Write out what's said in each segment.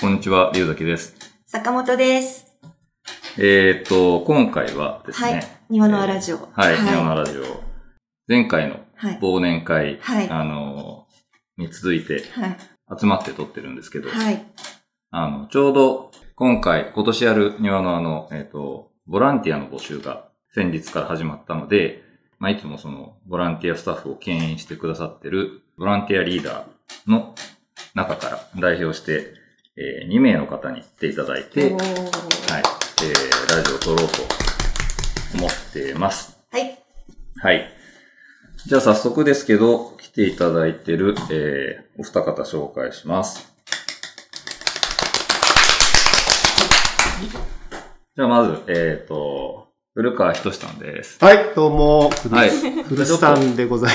こんにちは、龍崎です。坂本です。えっ、と、今回はですはいね、。庭のあラジオ。はい、はい。日本のラジオ、前回のはい。忘年会、はいあのーに続いてはい。集まって撮ってるんですけど、はい。あの、ちょうど今回、今年やる庭のあの、えっ、と、ボランティアの募集が先日から始まったので、まあ、いつもその、ボランティアスタッフを牽引してくださってる、ボランティアリーダーの中から代表して、え2名の方に来ていただいて、おはい、ーえーラジオを撮ろうと思ってます。はい。はい。じゃあ早速ですけど、来ていただいてる、えーお二方紹介します。じゃあまず、えっ、と、古川仁さんです。はい、どうも、古はい。古巣さんでござい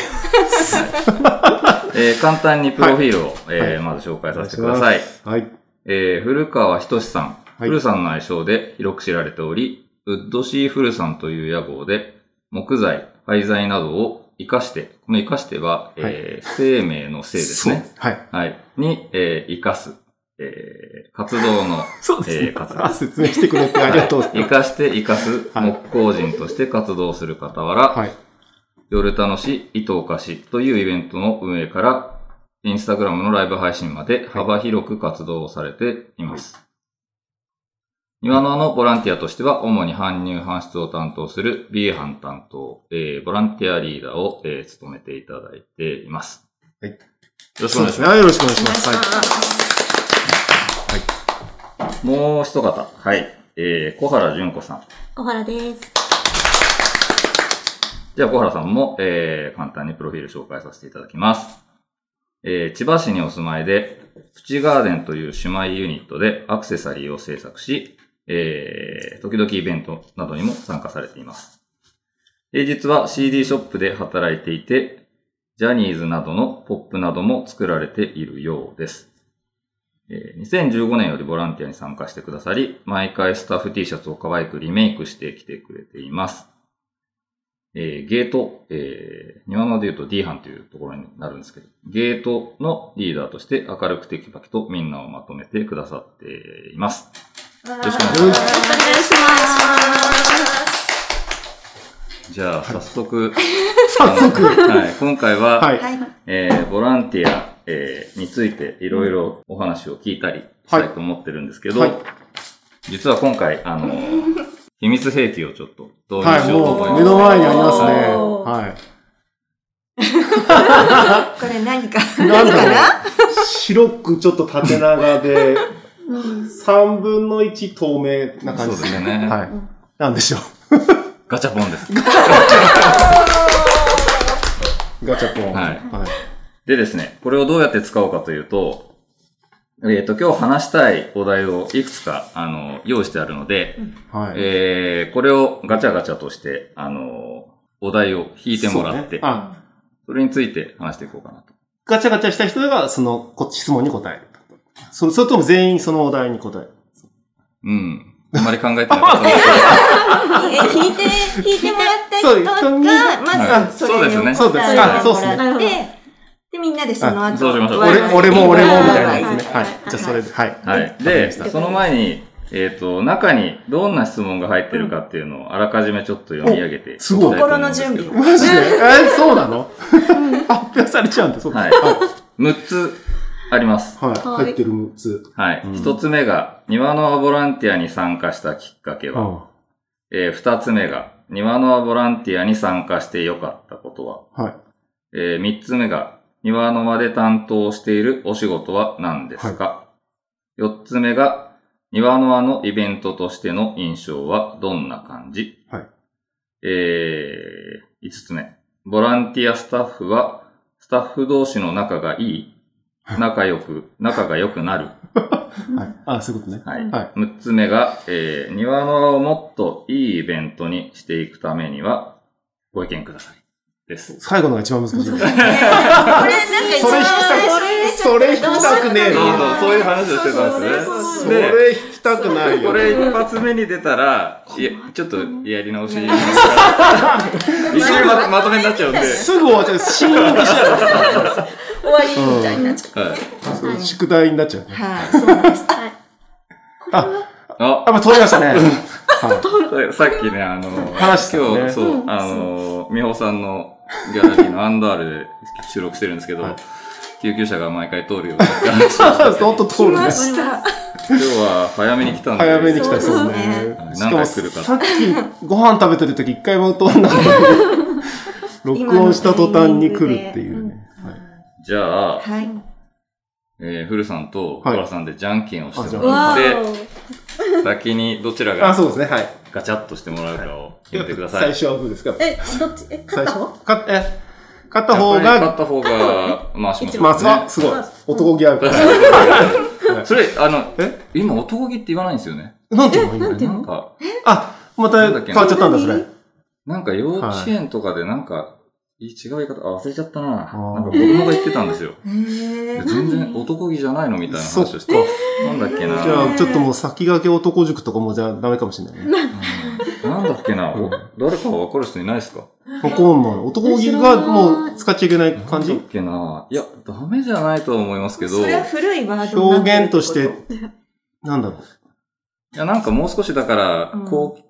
えー簡単にプロフィールを、えーはいまず紹介さます。せてください。ます。はい。えー古川仁さん。はい古さんの愛称で広く知られており、ウッドシーフルさんという屋号で、木材、廃材などを生かして、この生かしては、えー生命の生ですね。そう。はい。はい。に、えー生かす、えー活動の、そうですね。えー活動あ説明してくれてありがとうござい生ます。かして生かす、はい木工人として活動する傍ら、はい。夜楽し、糸おかしというイベントの運営から、インスタグラムのライブ配信まで幅広く活動をされています。庭野のボランティアとしては、主に搬入搬出を担当する B 班担当、えーボランティアリーダーを、えー務めていただいています。はいよろしくおそう願でいしますね。はいよろしくお願いしおま願いしす。まはい。す。す。もう一方。はい。えー小原淳子さん。小原です。じゃあ、小原さんも、えー、簡単にプロフィール紹介させていただきます。えー、千葉市にお住まいで、プチガーデンという姉妹ユニットでアクセサリーを制作し、えー、時々イベントなどにも参加されています。平日は CD ショップで働いていて、ジャニーズなどのポップなども作られているようです。えー2015年よりボランティアに参加してくださり、毎回スタッフ T シャツを可愛くリメイクしてきてくれています。えーゲート、えー、庭ので言うと D 班というところになるんですけど、ゲートのリーダーとして明るくテキパキとみんなをまとめてくださっています。よろしくお願いしますじゃあ、早速。早速あのはい。今回は、はい。はい。えーボランティア、えーについていろいろお話を聞いたりしたいと思ってるんですけど、はい実は今回、あのー、秘密兵器をちょっと導入はしい、ようと思います。もう目の前にありますね。おーはこれ何か。い。なんだろう。白くちょっと縦長 で、うん。三分の一透明な感じそうですねはい。なんでしょガチャポンです。う。ガチャポン。はいはでですね、これをどうやって使おうかというと、えっ、と、今日話したいお題をいくつか、あの、用意してあるので、い。はい。えーこれをガチャガチャとして、あの、お題を引いてもらっそうねて、そ,、あれについて話していこうかなと。ガチャガチャした人が、その、こ質問に答える。そそれとも全員そのお題に答える。うん。あんまり考えてなかっ たですえ、引いて、引いてもらったそう人人にが、まずそれをそうですねそうです答えてあそうですねもらってで、みんなでそのあ後。そうしましょう終わり俺、す俺も俺もみたいなはやつね。はい。じゃあそれ。で、はい。けど。はい。で、その前に、えっ、と、中にどんな質問が入ってるかっていうのをあらかじめちょっと読み上げていきたいと思心うんのですけど準備を。マジでえそうなの発表されちゃうんだ、そうか。はい6つあります。はい。はい入ってる6つ。はい。うん一、つ目が、庭のボランティアに参加したきっかけは、はえー二つ目が、庭のボランティアに参加してよかったことは、い。はい。えー三つ目が、庭の間で担当しているお仕事は何ですか四、つ目が、庭の輪のイベントとしての印象はどんな感じはい。えー五つ目。ボランティアスタッフは、スタッフ同士の仲がいい仲良く、仲が良くなる。はい。あ、そういうことね。はい。は6つ目が、えー、庭のをもっといいイベントにしていくためには、ご意見ください。です。最後のが一番難しい。それこれなんか一番それ引きたくねそえうそう、よ。そういう話をしてたんですね。そうそうそそうで、れ引きたくないよ。これ一発目に出たら、いや、ちょっとやり直し。一 瞬ま まとめになっちゃうんで。はい。すぐ終わっちゃう。シーンとしちゃ終わりみたいになっちゃう。宿題になっちゃうね。う。はい、そうなんです。はいあ、やっぱ通りましたね。はいさっきね、あの、話してたね今日、そうう、んあの、美穂さんのギャラリーのアンダールで収録してるんですけどはい、救急車が毎回通るよって話を してほんと通るね。来ました。今日は早めに来たんで。早めに来たそ人うでですねすね。しかも何回来るかさっきご飯食べてる時一回も通んなかったのに録音した途端に来るっていうね。はいじゃあ、はい。えー、フルさんと小はい原さんでじゃんけんをしてもらわって、ーお。先にどちらあ、がそうですね。はい。ガチャッとしてもらうかを決めてください。最初はどうですかえ、どっち、え、勝最った初方勝っえ勝った方やっぱり勝っが、た方が、まあ、しますよねまあ、すごい。男気あ るから。それ、あのえ、今男気って言わないんですよね。なんていうの今なんていうなのんか、あ、また変わっちゃったんだ、それ。なんか幼稚園とかでなんか、い違う言い方、あ忘れちゃったな。ーなんか子供が言ってたんですよ。えー、全然何男気じゃないのみたいな話をして。なんだっけな。じうゃあ、ちょっともう先駆け男塾とかもじゃあダメかもしれないね。んなんだっけな。うおん誰かわかる人いないですかわかんない。男気がもう使っちゃいけない感なんじだっけな。いや、ダメじゃないとは思いますけど。それは古いワードにな表ってる現ことして、なんだろう。いや、なんかもう少しだからうん、こう、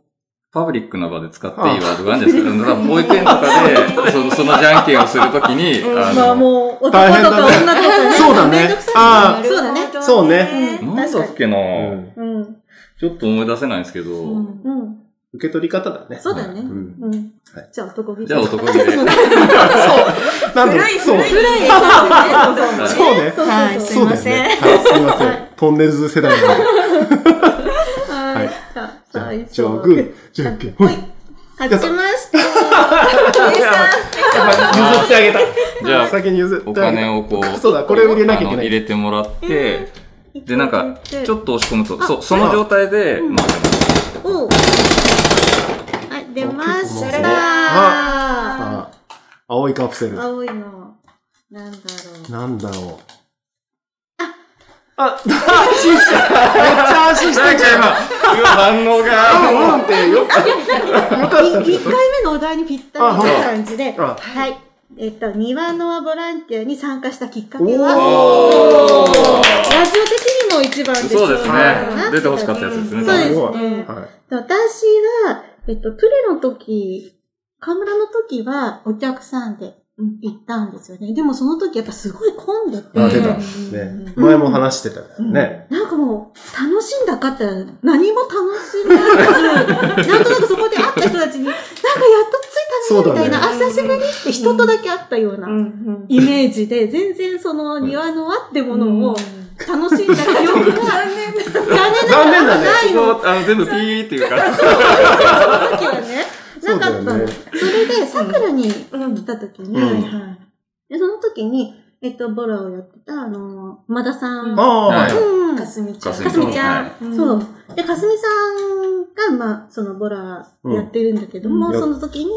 パブリックな場で使っていいワードがあるんですけど、だから保育園とか で、その、そのじゃんけんをするときに、うんあまあの、もう、男と大変かだね女とかね。そうだめんどねくさ。いああ。そうだね。そうねうんなんだっけなうんうん。ちょっと思い出せないんですけど、うんうん。受け取り方だね。そうだね。んうんはい。じゃあ男気じゃあ男気そうで。そうなんだ古ろ。いうそう古。い古いねはいそうね。そうそうそうはいすそいうだまよせんね。はいすいません。トンネルズ世代なんで。はいい。じゃあ、じゃあ最初じゃあ、グー、じゃんけん。ほい。勝ちました。姉さ譲ってあげた。じゃあ先に譲ってあおげた。金をこう、そうだ、これを入れなきゃあいけのな入い。れてもらって、ん。で、なんか、ちょっっと押し込むと、そう、その状態で、まと。おうはい、出まし結構た。ああ、青いカプセル。青いの。なんだろう。なんだろう。あ、 安心した。めっちゃ安心したじゃん。反応が、うんってよく。一回目のお題にぴったりな感じで、あはい。えっと、庭の輪ボランティアに参加したきっかおけは、おラジオ的にも一番でしょそうですかね。な出て欲しかったやつですね、そうですごいねはい。で私は、えっと、プレの時、河村の時はお客さんでうん行ったんですよね。でもその時やっぱすごい混んでて、あ、出た。うんね。前も話してたからね。なんかもう、楽しんだかって言ったら何も楽しん でなく、なんとなくそこで会った人たちに、なんかやっと着いたね、みたいな、あ、そうだね久しぶりって人とだけ会ったようなうんイメージで、全然その庭の輪ってものを楽しんだ記憶が、残念な残念がだらねないの。あの、全部ピーっていうから。時はね、なかったの。それで、桜に来た時に、うんでその時に、えっと、ボラをやってた、あの、馬田さん。うんああ、はい。うんかすみちゃん。かかすみちゃん、はいうんそう。で、かすみさんが、まあ、そのボラやってるんだけども、うんその時に、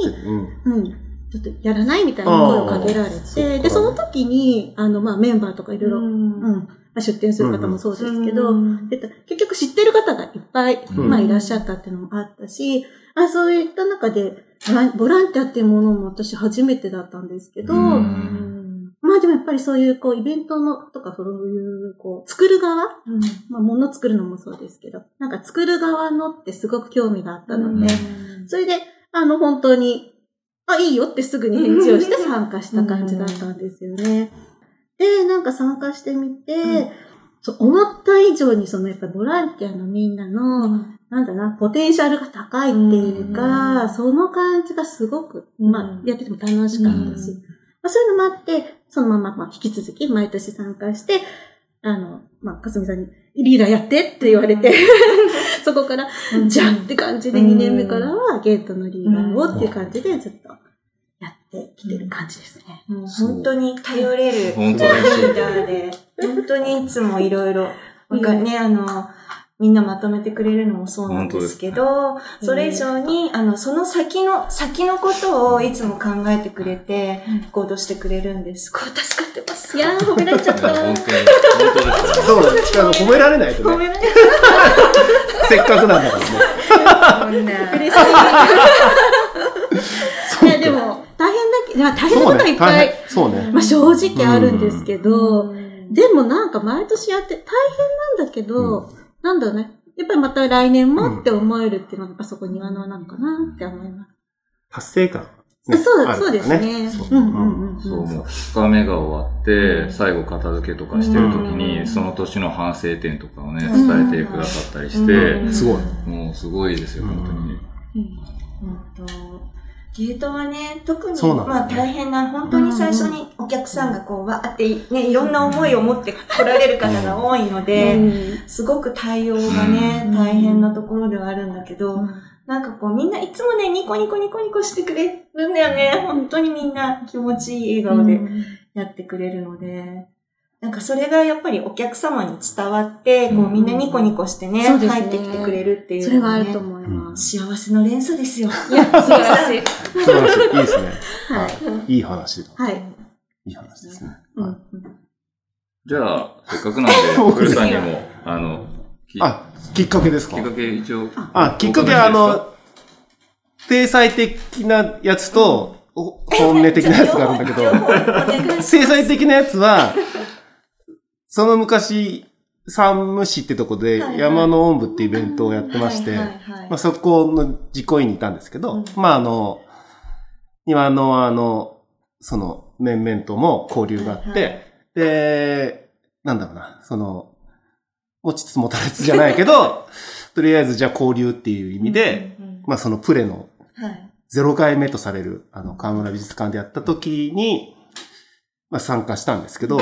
うん。うん、ちょっとやらないみたいな声をかけらあれーそっかて、で、その時に、あの、まあ、メンバーとかいろいろ、うん、まあ、出店する方もそうですけど、で結局知ってる方がいっぱい、うんまあ、いらっしゃったっていうのもあったし、あそういった中で、ラボランティアっていうものも私初めてだったんですけど、うんまあでもやっぱりそういう、こう、イベントの、とか、そういう、こう、作る側まあ、物作るのもそうですけど、なんか作る側のってすごく興味があったので、それで、あの、本当に、あ、いいよってすぐに返事をして参加した感じだったんですよね。で、なんか参加してみて、んそう思った以上にそのやっぱボランティアのみんなの、なんだな、ポテンシャルが高いっていうか、うんその感じがすごく、うんまあ、やってても楽しかったし、うんまあ、そういうのもあって、そのまま、まあ、引き続き毎年参加して、あの、まあ、かすみさんに、リーダーやってって言われて、 そこから、じゃあって感じでうん2年目からはゲートのリーダーをっていう感じでずっとやってきてる感じですね。もう本当に頼れる本リ当だーダーで、本当にいつもいろいろ、わかね、あの、みんなまとめてくれるのもそうなんですけど、すそれ以上に、あの、その先の、先のことをいつも考えてくれて、行動してくれるんです。こう、助かってます。いやー、褒められちゃっいや本た。当に、本当ですよ。そうだね。あの褒められないと 褒ね。められちゃっせっかくなんだからね。こんなた。嬉しい。い や、でも、大変だけど、いや大変なそうことはいね。っぱ大い、変。そうね。まあ正直あるんですけど、 うんでもなんか毎年やって大変なんだけど、なんだろうね。やっぱりまた来年もって思えるっていうのは、やっぱそこ庭の穴なのかなって思います。達成感、あそうあだ、るそうですね。そううんうんうん。そう、もう2日目が終わって、最後片付けとかしてるときうに、んその年の反省点とかをね、うん伝えてくださったりしうてん、すごいもうすごいですよ、本当にね。うんとゲートはね、特に、そうなんだまあ大変な、本当に最初にお客さんがこう、わーって、ね、いろんな思いを持って来られる方が多いので、すごく対応がね、うん大変なところではあるんだけど、うんなんかこうみんないつもね、ニコニコニコニコしてくれるんだよね。本当にみんな気持ちいい笑顔でやってくれるので、なんかそれがやっぱりお客様に伝わって、こううんみんなニコニコしてね、そうですね入ってきてくれるっていう、ね。それはあると思います。幸せの連鎖です よ。いや、素晴らしい。素晴らしい。いいですね。はいはい。いい話だ。はい。いい話ですね。うんはいじゃあ、せっかくなんで、古さんにも、あの、ききあ、きっかけですかっかけ一応。あ、きっかけはあの、体裁的なやつと、お本音的なやつがあるんだけ両ど、方お願いし制裁的なやつは、その昔、山武市ってとこではいはい山の音部ってイベントをやってまして、はいはいはいまあ、そこの実行委員にいたんですけど、うんまああの、庭のあの、その面々とも交流があって、はいはいで、なんだろうな、その、持ちつ持たれつじゃない けど、とりあえずじゃあ交流っていう意味で、うんうんまあそのプレのうんはい。 0回目とされる、あの、河村美術館でやった時に、まあ参加したんですけど、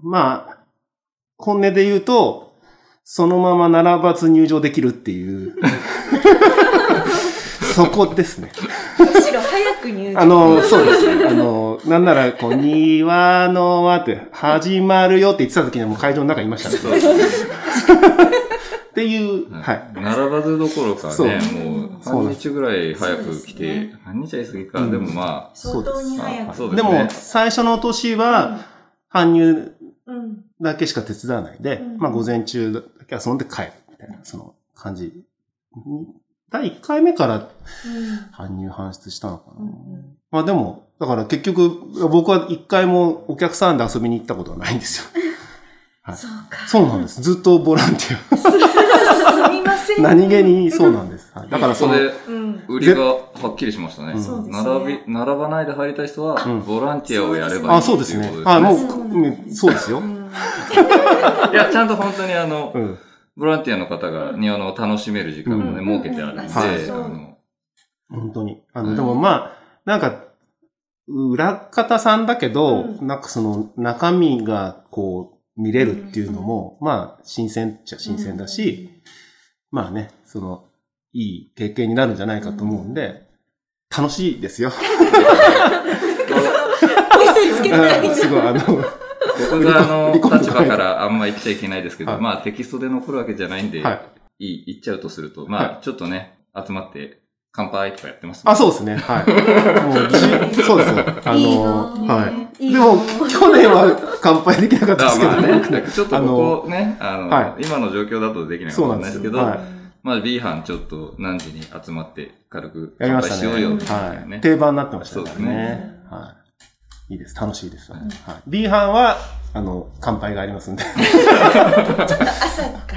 まあ、本音で言うと、そのまま並ばず入場できるっていう、 そこですね。むしろ早く入場。あの、そうですね。あの、なんなら、こう、庭の輪って、始まるよって言ってた時にはもう会場の中にいましたね。そうですっていう、ねはい。並ばずどころかそうね、もう半日ぐらい早く来そうですて、半日は言い過ぎか、でもま相当に早あ、く。そうでですねも、。最初の年は、搬入うん。だけしか手伝わないで、うんまあ午前中だけ遊んで帰るみたいな、その感じ。第1回目からうん搬入搬出したのかな。うんうんまあでも、だから結局、僕は1回もお客さんで遊びに行ったことはないんですよ。 はいそうか。そうなんです。ずっとボランティ すみませア。 ん。何気にそうなんです。はいだからそその、れで、うん。売りがはっきりしましたね。うんそうですね並び、並ばないで入りたい人はうん、ボランティアをやればいいっあ、ていそううことでですすねね。あ、もうそうなん、うんそうですよう。んいや、ちゃんと本当にあのう、ん。ボランティアの方が庭のを楽しめる時間もね、うん設けてあるんで、はいあの、本当に。あうの、んでもまあ、なんか、裏方さんだけど、うなんかその中身がこう見れるっていうのも、まあ、新鮮っちゃ新鮮だし、まあね、その、いい経験になるんじゃないかと思うんで、楽しいですよ。つけたい。すごい、あの、僕があの 離婚離婚、立場からあんま言っちゃいけないですけはど、いまあテキストで残るわけじゃないんで、はい。いい、言っちゃうとすると、まあちょっとね、集まって、乾杯とかやってますもんあ、そうですね、はい。もう、じそうですよ。あいいの、なはい。ぁいいでなも、ぁ去年は乾杯できなかったでだすからけどまあね。ね、ちょっとここね、あの、は今の状況だとできないかもしれないですけど、そうなんですよはいまあ B 班ちょっと何時に集まって軽くやりま乾し杯したね。ようよみたいなはねい。。定番になってましたそうですねね。はい。いいです。楽しいです。ははいい。 B 班は、あの、乾杯がありますんで。ちょっと朝が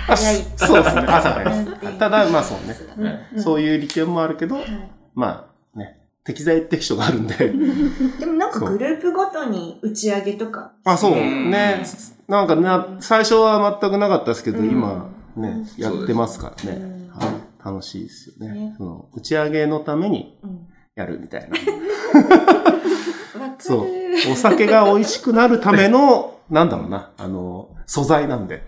早い。 そうですね。朝早いでうんす。ただ、まあそうね。はいそういう利点もあるけど、まあね、適材適所があるんで。でもなんかグループごとに打ち上げとか。あ、そう。うんね。なんかな、最初は全くなかったですけど、うん今、ね、うんやってますからうねん。はい。楽しいですよねね。その打ち上げのためにうんやるみたいな。わかそうる。。 お酒が美味しくなるた めの、なんだろうな、あの、素材なんで。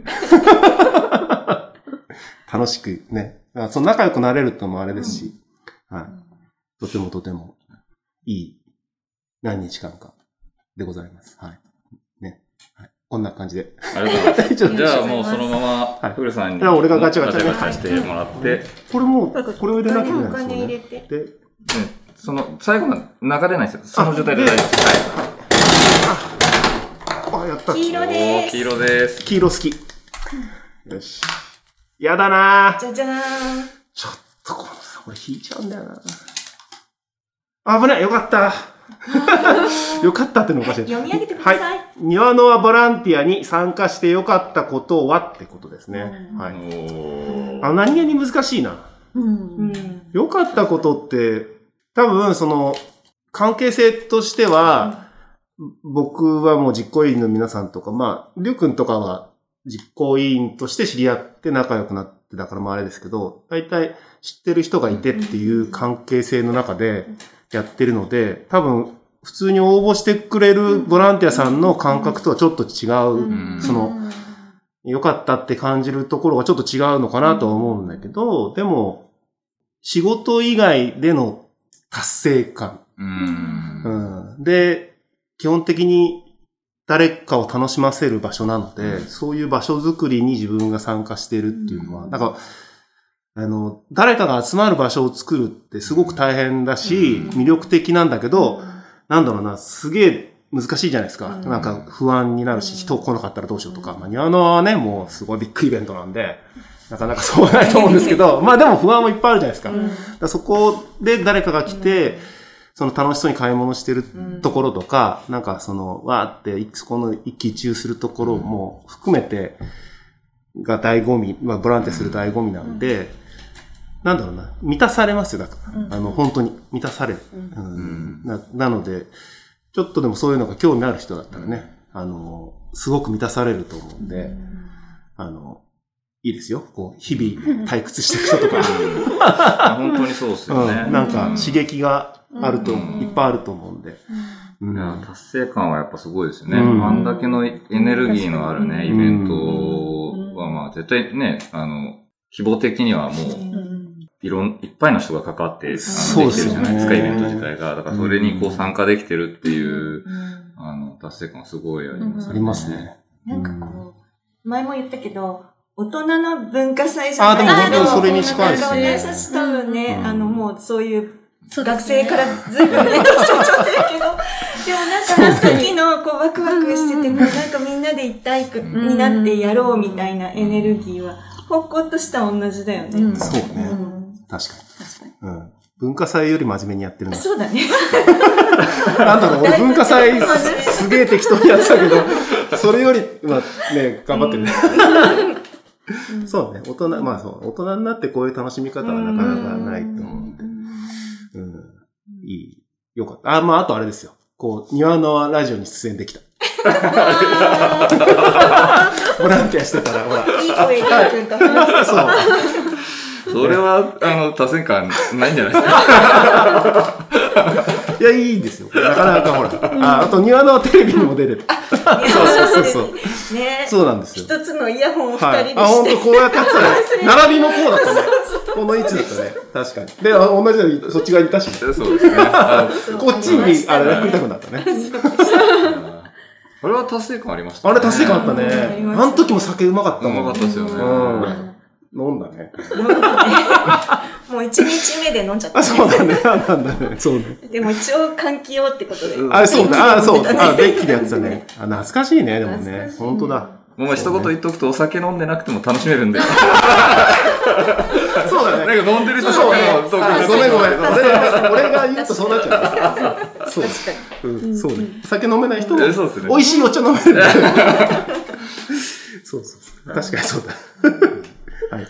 楽しくね。だからその仲良くなれるってのもあれですし、はい。とてもとてもいい何日間かでございます。はい。ね。はい、こんな感じ で。ありがとうございます。大丈夫じです。ゃあもうそのまま、古さんに。じゃあ俺がガチャガチャねしてもらって、うんこれもう、これを入れなきゃいけおないです金よ入れね。て。で、その、最後まで流れないですよ。その状態で大丈夫です。はあ、やった。黄黄色い。おでーす黄。色です。色好き。よし。やだなぁ。じゃじゃーん。ちょっとこのさ、俺引いちゃうんだよな。危ないよかったよかったってのおかしい。読み上げてくだはさい。庭のボランティアに参加してよかったことはってことですね。うんはい。おあ、ー何気に難しいな。うん。ん。良かったことって、多分その、関係性としては、僕はもう実行委員の皆さんとか、まあ、りゅうくんとかは実行委員として知り合って仲良くなってだからまああれですけど、大体知ってる人がいてっていう関係性の中でやってるので、多分普通に応募してくれるボランティアさんの感覚とはちょっと違ううんその良かったって感じるところがちょっと違うのかなとは思うんだけど、でも、仕事以外での達成感。う。うんんで、基本的に誰かを楽しませる場所なので、うんそういう場所づくりに自分が参加してるっていうのは、うんなんか、あの、誰かが集まる場所を作るってすごく大変だし、うん魅力的なんだけど、なんだろうな、すげえ難しいじゃないですうか。んなんか不安になるし、人来なかったらどうしようとか。まあ、ニワノはね、もうすごいビッグイベントなんで、なかなかそうはないと思うんですけど、まあでも不安もいっぱいあるじゃないですか。だからそこで誰かが来て、その楽しそうに買い物してるところとか、なんかその、わーって、そこの一喜一憂するところも含めて、が醍醐味、まあボランティアする醍醐味なんで、なんだろうな、満たされますよ、だから。うんあの、本当に満たされる。うんうんななので、ちょっとでもそういうのが興味ある人だったらね、あの、すごく満たされると思うんで、あの、いいですよ。こう、日々退屈してる人とか、本当に そうっすよね。うんなんかう刺激があると、うんいっぱいあると思うんで。うんいや、達成感はやっぱすごいですよね。うんあんだけのエネルギーのあるね、イうベんントは、まあ、絶対ね、あの、規模的にはもう、いろん、いっぱいの人が関わって、あの、でそうできてするじゃよねないですか、イベント自体が。だから、それにこう参加できてるっていう、うんあの、達成感はすごいあります、ありますね。なんかこう、前も言ったけど、大人の文化祭じあゃーでもないけど本当にそれに近いですねなんか私たち多分ね、うんあの、もうそういうそうで学すね生からずいぶんね、年取っちゃってる けど、でもなんかあの時のこうワクワクしてて、うんこうなんかみんなで一体くになってやろうみたいなエネルギーは、ほっこっとした同じだよね。うんそううね。ん確か確かに。に。うん。文化祭より真面目にやってるな。そうだね。なんだろう、俺文化祭すすげえ適当にやってたけど、それより、まあね、頑張ってる。そうね、大人、まあそう、大人になってこういう楽しみ方はなかなかないと思うんで。うん。いい。よかった。あ、まああとあれですよ。こう、庭のラジオに出演 できた。ボランティアしてたら、ほら。いい声でくんと話して そう。それは、あの、達成感ないんじゃないですか。いや、いいんですよ。なかなかほら。あ、あと庭のテレビにも出れる。そうそうそうそう。ね。そうなんですよ。一つのイヤホンを二は人でい。あ、ほんとして。こうやってやってたね。並びもこうだったねそう。この位置だったね。確かに。で、あ同じようにそっち側にいたし、そうですね。あこっちに、あれ、振りたくなったね。これは達成感ありました、あれ達成感あったうんあね。りましたあの時も酒うまかったうまもかんった。ですよね。うん。飲んだね。 もう一日目で飲んじゃったあ、。そうだね。あなんだね。そうね。でも一応換気用ってことで。うんあ、そうね。あ、そう。あ、デッキでやってたそうね。あ、懐かしいね。でも懐かねし。い本当だ。もう一言言っとくと、お酒飲んでなくても楽しめるんで。そうだなね。んか飲んでる人そうあのどうかあごめんごめん。俺が俺が言うとそうなっちゃう。そう。うんそうね。酒飲めない人もえそうですね美味しいお茶飲める。そうそう。確かにそうだ。はい。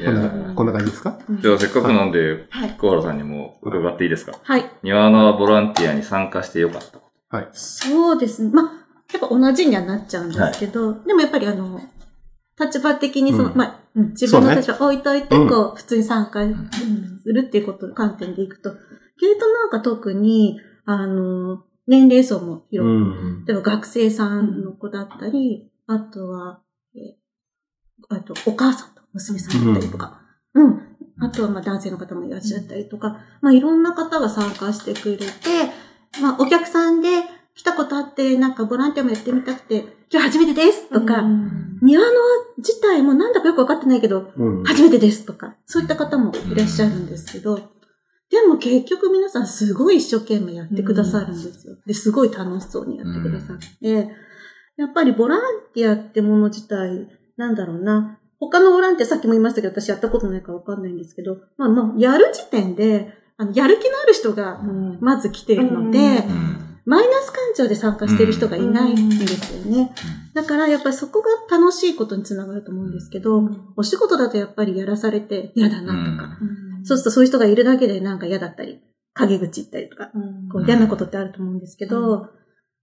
いこやんなこんな感じですかじゃあせっかくなんではい、小原さんにも伺っていいですかはい。庭のボランティアに参加してよかったこはい。そうですね。まあ、やっぱ同じにはなっちゃうんですけど、でもやっぱりあの、立場的にその、うんまあ、うん自分そうのね立場置いといて、うんこう、普通に参加んするっていうことの観点でいくと、ゲートなんか特に、あの、年齢層も広と。ん。く例えば学生さんの子だったり、あとは、えーあと、お母さんと娘さんだったりとか、うん。あとは、まあ、男性の方もいらっしゃったりとか、まあ、いろんな方が参加してくれて、まあ、お客さんで来たことあって、なんかボランティアもやってみたくて、今日初めてですとか、庭の自体もなんだかよくわかってないけど、うん。初めてですとか、そういった方もいらっしゃるんですけど、でも結局皆さんすごい一生懸命やってくださるんですよ。で、すごい楽しそうにやってくださって、やっぱりボランティアってもの自体、なんだろうな、他のボランティア、さっきも言いましたけど、私やったことないからわかんないんですけど、まあもうやる時点で、あの、やる気のある人がうんまず来ているので、うんマイナス感情で参加してる人がいないんですよね。だからやっぱりそこが楽しいことにつながると思うんですけど、お仕事だとやっぱりやらされて嫌だなとか、そうするとそういう人がいるだけでなんか嫌だったり、陰口言ったりとか、こう嫌なことってあると思うんですけど、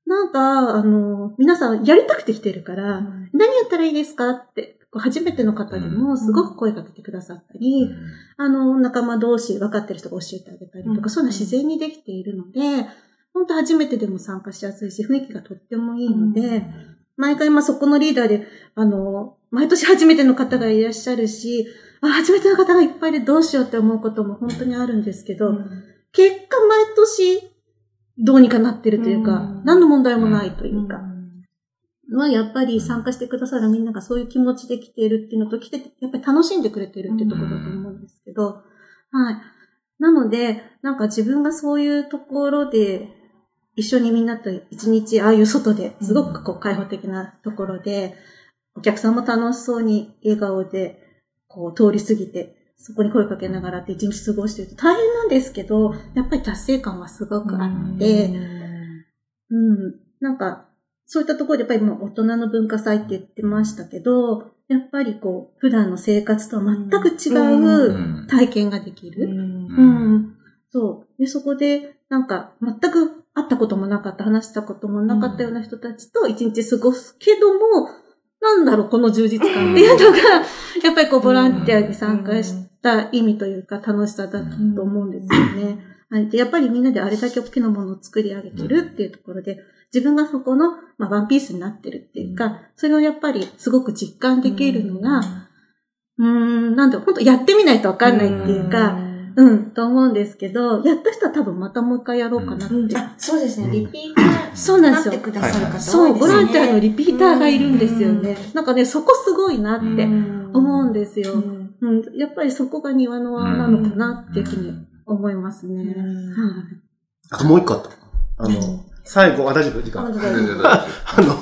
なんか、あの、皆さんやりたくて来てるから、何やったらいいですかって、こう初めての方でもすごく声かけてくださったり、あの、仲間同士分かってる人が教えてあげたりとか、うんそういうのは自然にできているので、本当初めてでも参加しやすいし、雰囲気がとってもいいので、うん毎回まあそこのリーダーで、あの、毎年初めての方がいらっしゃるし、あ、初めての方がいっぱいでどうしようって思うことも本当にあるんですけど、結果毎年どうにかなってるというか、うん何の問題もないとというか、はやっぱり参加してくださるみんながそういう気持ちで来ているっていうのと、来てて、やっぱり楽しんでくれてるっていうところだと思うんですけど、はい。なので、なんか自分がそういうところで、一緒にみんなと一日、ああいう外で、すごくこう開放的なところで、お客さんも楽しそうに笑顔で、こう通り過ぎて、そこに声かけながらって一日過ごしてると大変なんですけど、やっぱり達成感はすごくあって、うん。なんか、そういったところでやっぱりもう大人の文化祭って言ってましたけど、やっぱりこう、普段の生活とは全くう違うん体験ができる。ううんん。そう。で、そこで、なんか、全く会ったこともなかった、話したこともなかったような人たちと一日過ごすけども、なんだろう、この充実感っていうのが、やっぱりこう、ボランティアに参加した意味というか、楽しさだと思うんですよね。はい。で、やっぱりみんなであれだけ大きなものを作り上げてるっていうところで、自分がそこの、まあ、ワンピースになってるっていうか、それをやっぱりすごく実感できるのが、うーん、なんだろう、本当やってみないとわかんないっていうか、うん、と思うんですけど、やった人は多分またもう一回やろうかなって。うんあ、そうですね、リピーターそうになんなでっすてよ。くださる方多いですね。そう、ボランティアのリピーターがいるんですよね。なんかね、そこすごいなうっんて思うんでですよ。ううんんやっぱりそこが庭の輪なのかなっていうふうに思いますね。はいあともう一個あった。あの、最後、あ、大丈夫時あ間。全然大丈 夫ですあの、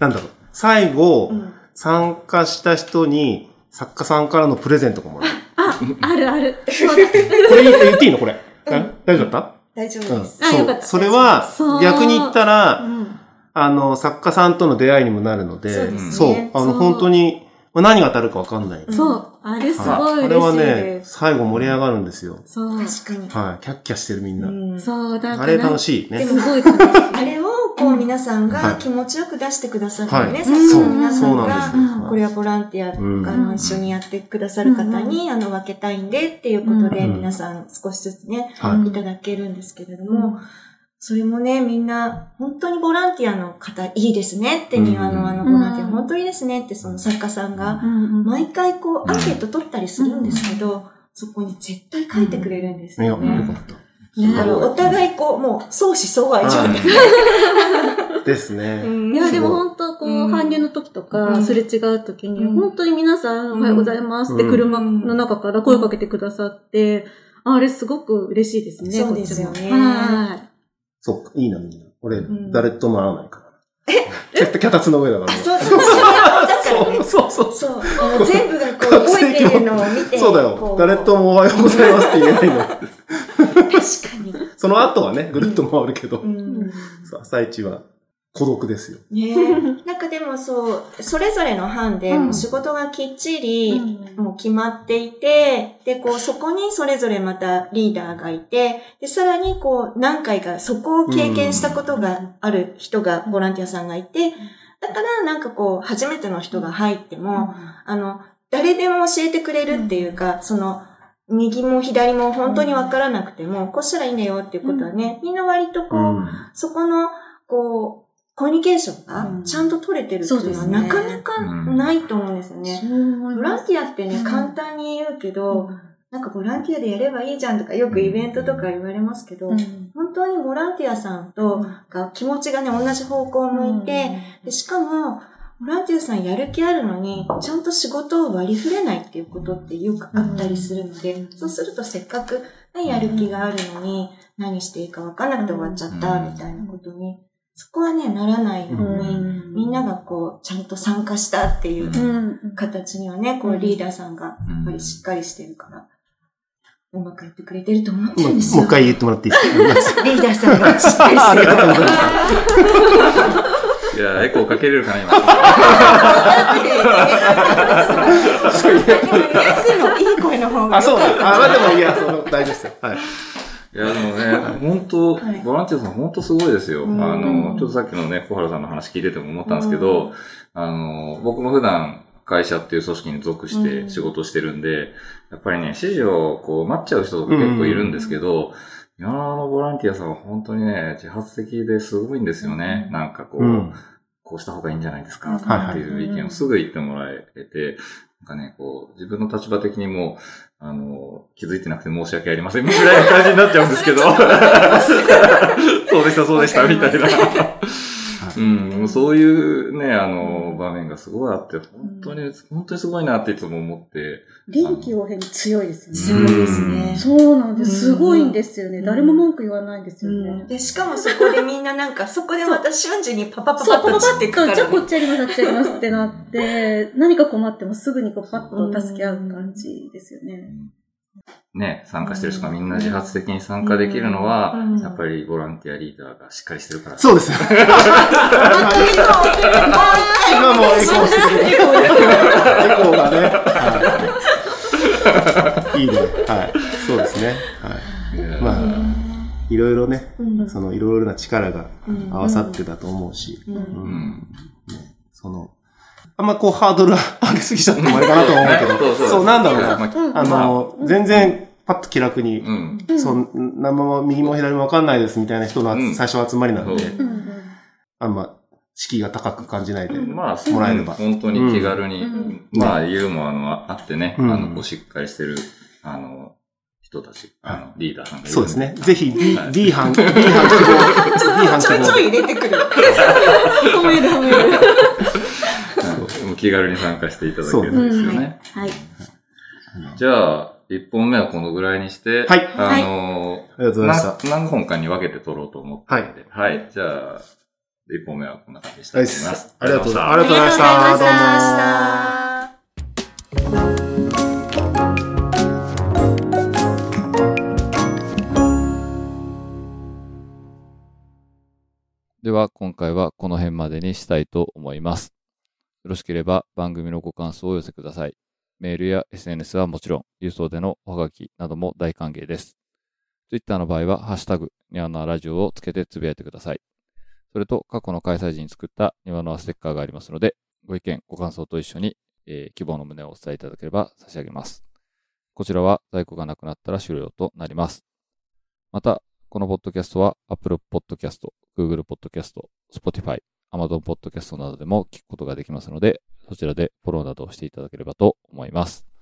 なんだろう。最後、うん参加した人に、作家さんからのプレゼントがもらえあ、あるある。 そうだる。これ言って言っていいのこれ。え大丈夫だっ大丈た夫うん。です。あよかったそうそれはそう、逆に言ったら、うんあの、作家さんとの出会いにもなるので、そうですねうあの、そう本当に、まあ何が当たるかわかんない。そう、あれすごはいこれ嬉はしいねで、す。最後盛り上がるんですよ。そう。確かに。はい。キャッキャしてるみんな。うんそう、だあれ楽ししいねす。ごい楽しい。あれを、こう、皆さんはがい気持ちよく出してくださはるい。ね、そ作う、家その皆さうんなんがで、すうよ。んこれはボランティアとうんか、あの一緒にやってくださる方に、あの、分けたいんで、っていうことで、うん皆さん少しずつね、はいいただけるんですけれども、それもね、みんな、本当にボランティアの方、いいですねって、うん庭のあの、ボランティア、うん本当にいいですねって、その作家さんが、うんうん毎回こう、アンケート取ったりするんですけど、そこに絶対書いてくれるんですいや、よよね。かった。ねあの、お互いこう、もう、相思相愛状態。ですね。いや、ですごもい本当こうう、ん搬入の時とうか、んすれ違う時に、うん本当に皆さん、うんおはようございますってうん車の中から声かけてくださって、あれすごく嬉しいですね、そうですよねこっちもはそっか、いいな、みんな。俺ん、誰とも会わない から。え脚立の上だかあ、ら。そうそう、だからねそう、 そうそう。そう、あの、全部がこう、覚えてるのを見て、そうだこよ。誰ともおはようございますって言えない の。確かに。その後はね、ぐるっと回るけどう、ん。そう朝一は孤独ですよ。ねえなんかでもそう、それぞれの班で、うんもう仕事がきっちい。り、もう決まっていて、で、こう、そこにそれぞれまたリーダーがいて、で、さらにこう、何回かそこを経験したことがある人が、ボランティアさんがいて、だからなんかこう、初めての人が入っても、あの、誰でも教えてくれるっていうか、その、右も左も本当にわからなくても、こうしたらいいんだよっていうことはね、みんな割とこう、うんそこの、こう、コミュニケーションうがんちゃんと取れてるっていうのは、そうですなねかなかないと思うんですよね。ボランティアってね、簡単に言うけど、なんかボランティアでやればいいじゃんとか、よくイベントとか言われますけど、本当にボランティアさんとが気持ちがね、同じ方向を向いて、でしかも、ボランティアさんやる気あるのに、ちゃんと仕事を割り振れないっていうことってよくあったりするので、そうするとせっかく、ね、やる気があるのに、何していいか分かんなくて終わっちゃった、うんみたいなことに、そこはね、ならないように、みんながこう、ちゃんと参加したっていううんうん、形にはね、こうリーダーさんがやっぱりしっかりしてるから。うまくやってくれてると思ってもるうんですよ。もう一回言ってもらっていいですかリーダーさんがしっか りあしてりがる。とうございます。いやー、エコーかけれるかな、今。でも役のいい声の方があ、良そうかっだ。た。あ、まあ、でもいや、その、大丈夫ですよ。はい。いや、でもね、本当、はいボランティアさん本当すごいですよ。あうんの、ちょっとさっきのね、小原さんの話聞いてても思ったんですけど、あの、僕も普段会社っていう組織に属しうてん仕事してるんで、やっぱりね、指示をこう待っちゃう人とか結構いるんですけど、今のボランティアさんは本当にね、自発的ですごいんですよね。なんかこう、うんこうした方がいいんじゃないですうんか、とはいかはっいていう意見をすぐ言ってもらえて、なんかね、こう、自分の立場的にも、あの、気づいてなくて申し訳ありません、みたいな感じになっちゃうんですけど、そうでした、そうでした、みたいな。うん、そういうね、あの、場面がすごいあって、本当に、本当にすごいなっていつも思って、臨機応変に強いですよね。そうですね。そうなんです。すごいんですよね。うん誰も文句言わないんですよね。うんで、しかもそこでみんななんか、そこでまた瞬時にパパパパそう、ッパパとパ散ってッいくから、と、ね。じゃあこっちやります、あっちやりますってなって、何か困ってもすぐにこうパッと助け合う感じですようね。んね、参加してる人がみんな自発的に参加できるのは、うんやっぱりボランティアリーダーがしっかりしてるから。そ うですよ。今もエコーしてる。エコーが ね。はいいいね。はい。そうですね。はいやい。まあ、いろいろね、うんそのいろいろな力が合わさってだと思うし、うんううんん。その、あんまこうハードル上げすぎちゃってもあれかなと思うけど、そうなんだろうな。まあの、全然パッと気楽にう、ん。そんなまま右も左もわかんないですみたいな人のうん最初集まりなんそうで、うんうんあんま敷居が高く感じないで。うんまあ、もらえれば本当に気軽に、うんまあ、ユーモアのああってね、うんあの、こうしっかりしてる、あの、人たち、あの、リーダーさんがいるんそうですね。ぜひ B はい、 B 班、B 班希望。B 班希 ちょいちょ望。い入れてくる。褒める褒める。うん気軽に参加していただけるんですよね。はい。じゃあ、1本目はこのぐらいにして、はいあのありがとうございました。な何本かに分けて取ろうと思ってるんで、はい。じゃあ、1本目はこんな感じにしたいと思います。ありがとうございあます。ありがとうございました。ありがとうごどざういもました。では今回はこの辺までにしたいと思います。よろしければ番組のご感想をお寄せください。メールや SNS はもちろん、郵送でのおはがきなども大歓迎です。Twitter の場合は、ハッシュタグ、ニワノアラジオをつけてつぶやいてください。それと、過去の開催時に作ったニワノアステッカーがありますので、ご意見、ご感想と一緒に、えー希望の旨をお伝えいただければ差し上げます。こちらは在庫がなくなったら終了となります。また、このポッドキャストは Apple Podcast、Google Podcast、Spotify、Amazon Podcast などでも聞くことができますので、そちらでフォローなどをしていただければと思います。